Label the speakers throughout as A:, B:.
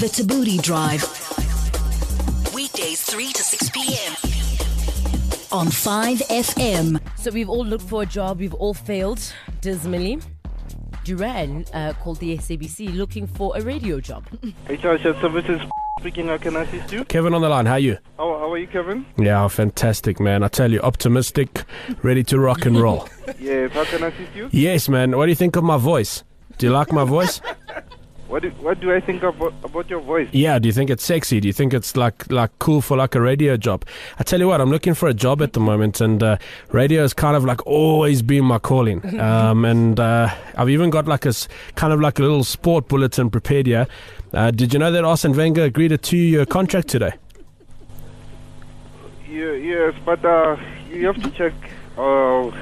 A: The Tabooty Drive. Weekdays 3 to 6 p.m. on 5FM.
B: So we've all looked for a job, we've all failed dismally. Duran uh, called the SABC looking for a radio job.
C: HR Shared Services speaking. How can I assist you?
D: Kevin on the line, how are you?
C: How, how are you, Kevin?
D: Yeah, fantastic, man. I tell you, optimistic, ready to rock and roll.
C: Yes. How can I assist you?
D: yes, man. What do you think of my voice? Do you like my voice?
C: What do, What do I think about about your voice?
D: Yeah. Do you think it's sexy? Do you think it's like like cool for like a radio job? I tell you what, I'm looking for a job at the moment, and uh, radio has kind of like always been my calling. Um, and uh, I've even got like a s- kind of like a little sport bulletin prepared here. Uh, did you know that Arsene Wenger agreed a two-year contract today?
C: Yeah, yes, but uh, you have to check uh, on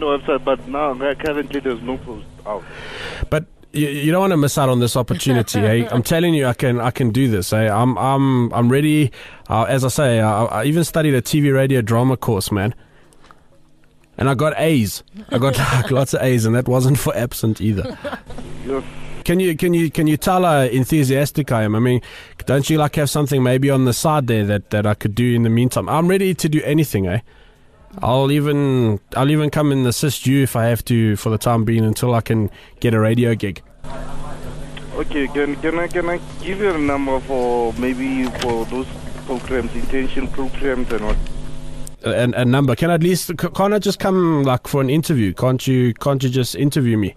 C: the website. But now uh, currently there's no post out.
D: But you, you don't want to miss out on this opportunity. eh? I'm telling you, I can I can do this. Eh? I'm I'm I'm ready. Uh, as I say, I, I even studied a TV radio drama course, man. And I got A's. I got like, lots of A's, and that wasn't for absent either.
C: Yes.
D: Can you can you can you tell how enthusiastic I am? I mean, don't you like have something maybe on the side there that, that I could do in the meantime? I'm ready to do anything, eh? I'll even I'll even come and assist you if I have to for the time being until I can get a radio gig.
C: Okay. Can Can I Can I give you a number for maybe for those programs, intention programs, and what?
D: a, a number. Can I at least c- can't I just come like for an interview? Can't you can't you just interview me?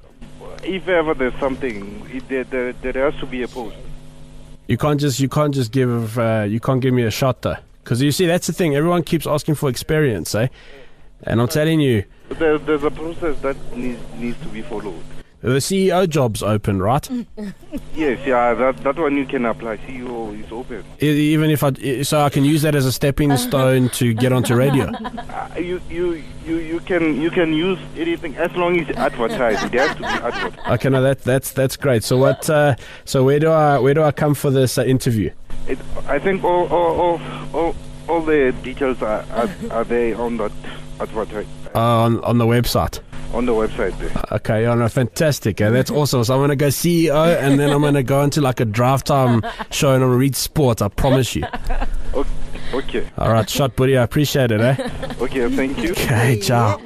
C: If ever there's something, it, there, there there has to be a post.
D: You can't just you can't just give uh, you can't give me a shot though. Because you see that's the thing. Everyone keeps asking for experience, eh? And I'm telling you,
C: There, there's a process that needs needs to be followed.
D: the CEO job's open, right?
C: Yes, yeah, that that one you can apply. CEO is open.
D: E- Even if I e- so I can use that as a stepping stone to get onto radio.
C: Uh, you, you, you, you can you can use anything as long as it's advertised. It has to be advertised.
D: Okay, no, that that's that's great. So what? Uh, so where do I where do I come for this uh, interview?
C: It, I think all all, all, all, all the details are, are, are there on that advertise
D: Uh, on on the website.
C: on the website. There.
D: Okay, oh no, fantastic. eh? that's awesome. So I'm going to go CEO and then I'm going to go into like a draft time show and I'm going to read sports, I promise you.
C: Okay,
D: All right, shot buddy, I appreciate it, eh?
C: okay, thank you.
D: Okay, ciao.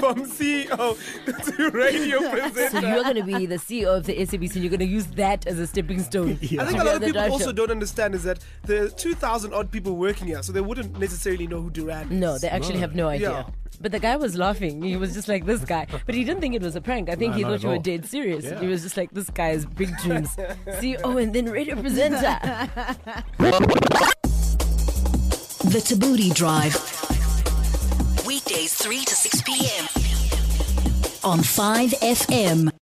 E: from CEO to radio presenter.
B: So you're going to be the CEO of the SABC and you're going to use that as a stepping stone.
E: I think
B: to
E: a lot of
B: the
E: people
B: drive
E: also
B: show.
E: don't understand is that there are 2,000 odd people working here, so they wouldn't necessarily know who Duran is.
B: No, they actually have no idea.
E: Yeah.
B: But the guy was laughing. He was just like, this guy. But he didn't think it was a prank. I think he thought you were dead serious. He was just like, this guy has big dreams. CEO and then radio presenter.
A: The Tabooty Drive. Weekdays 3 to 6 p.m. on 5FM.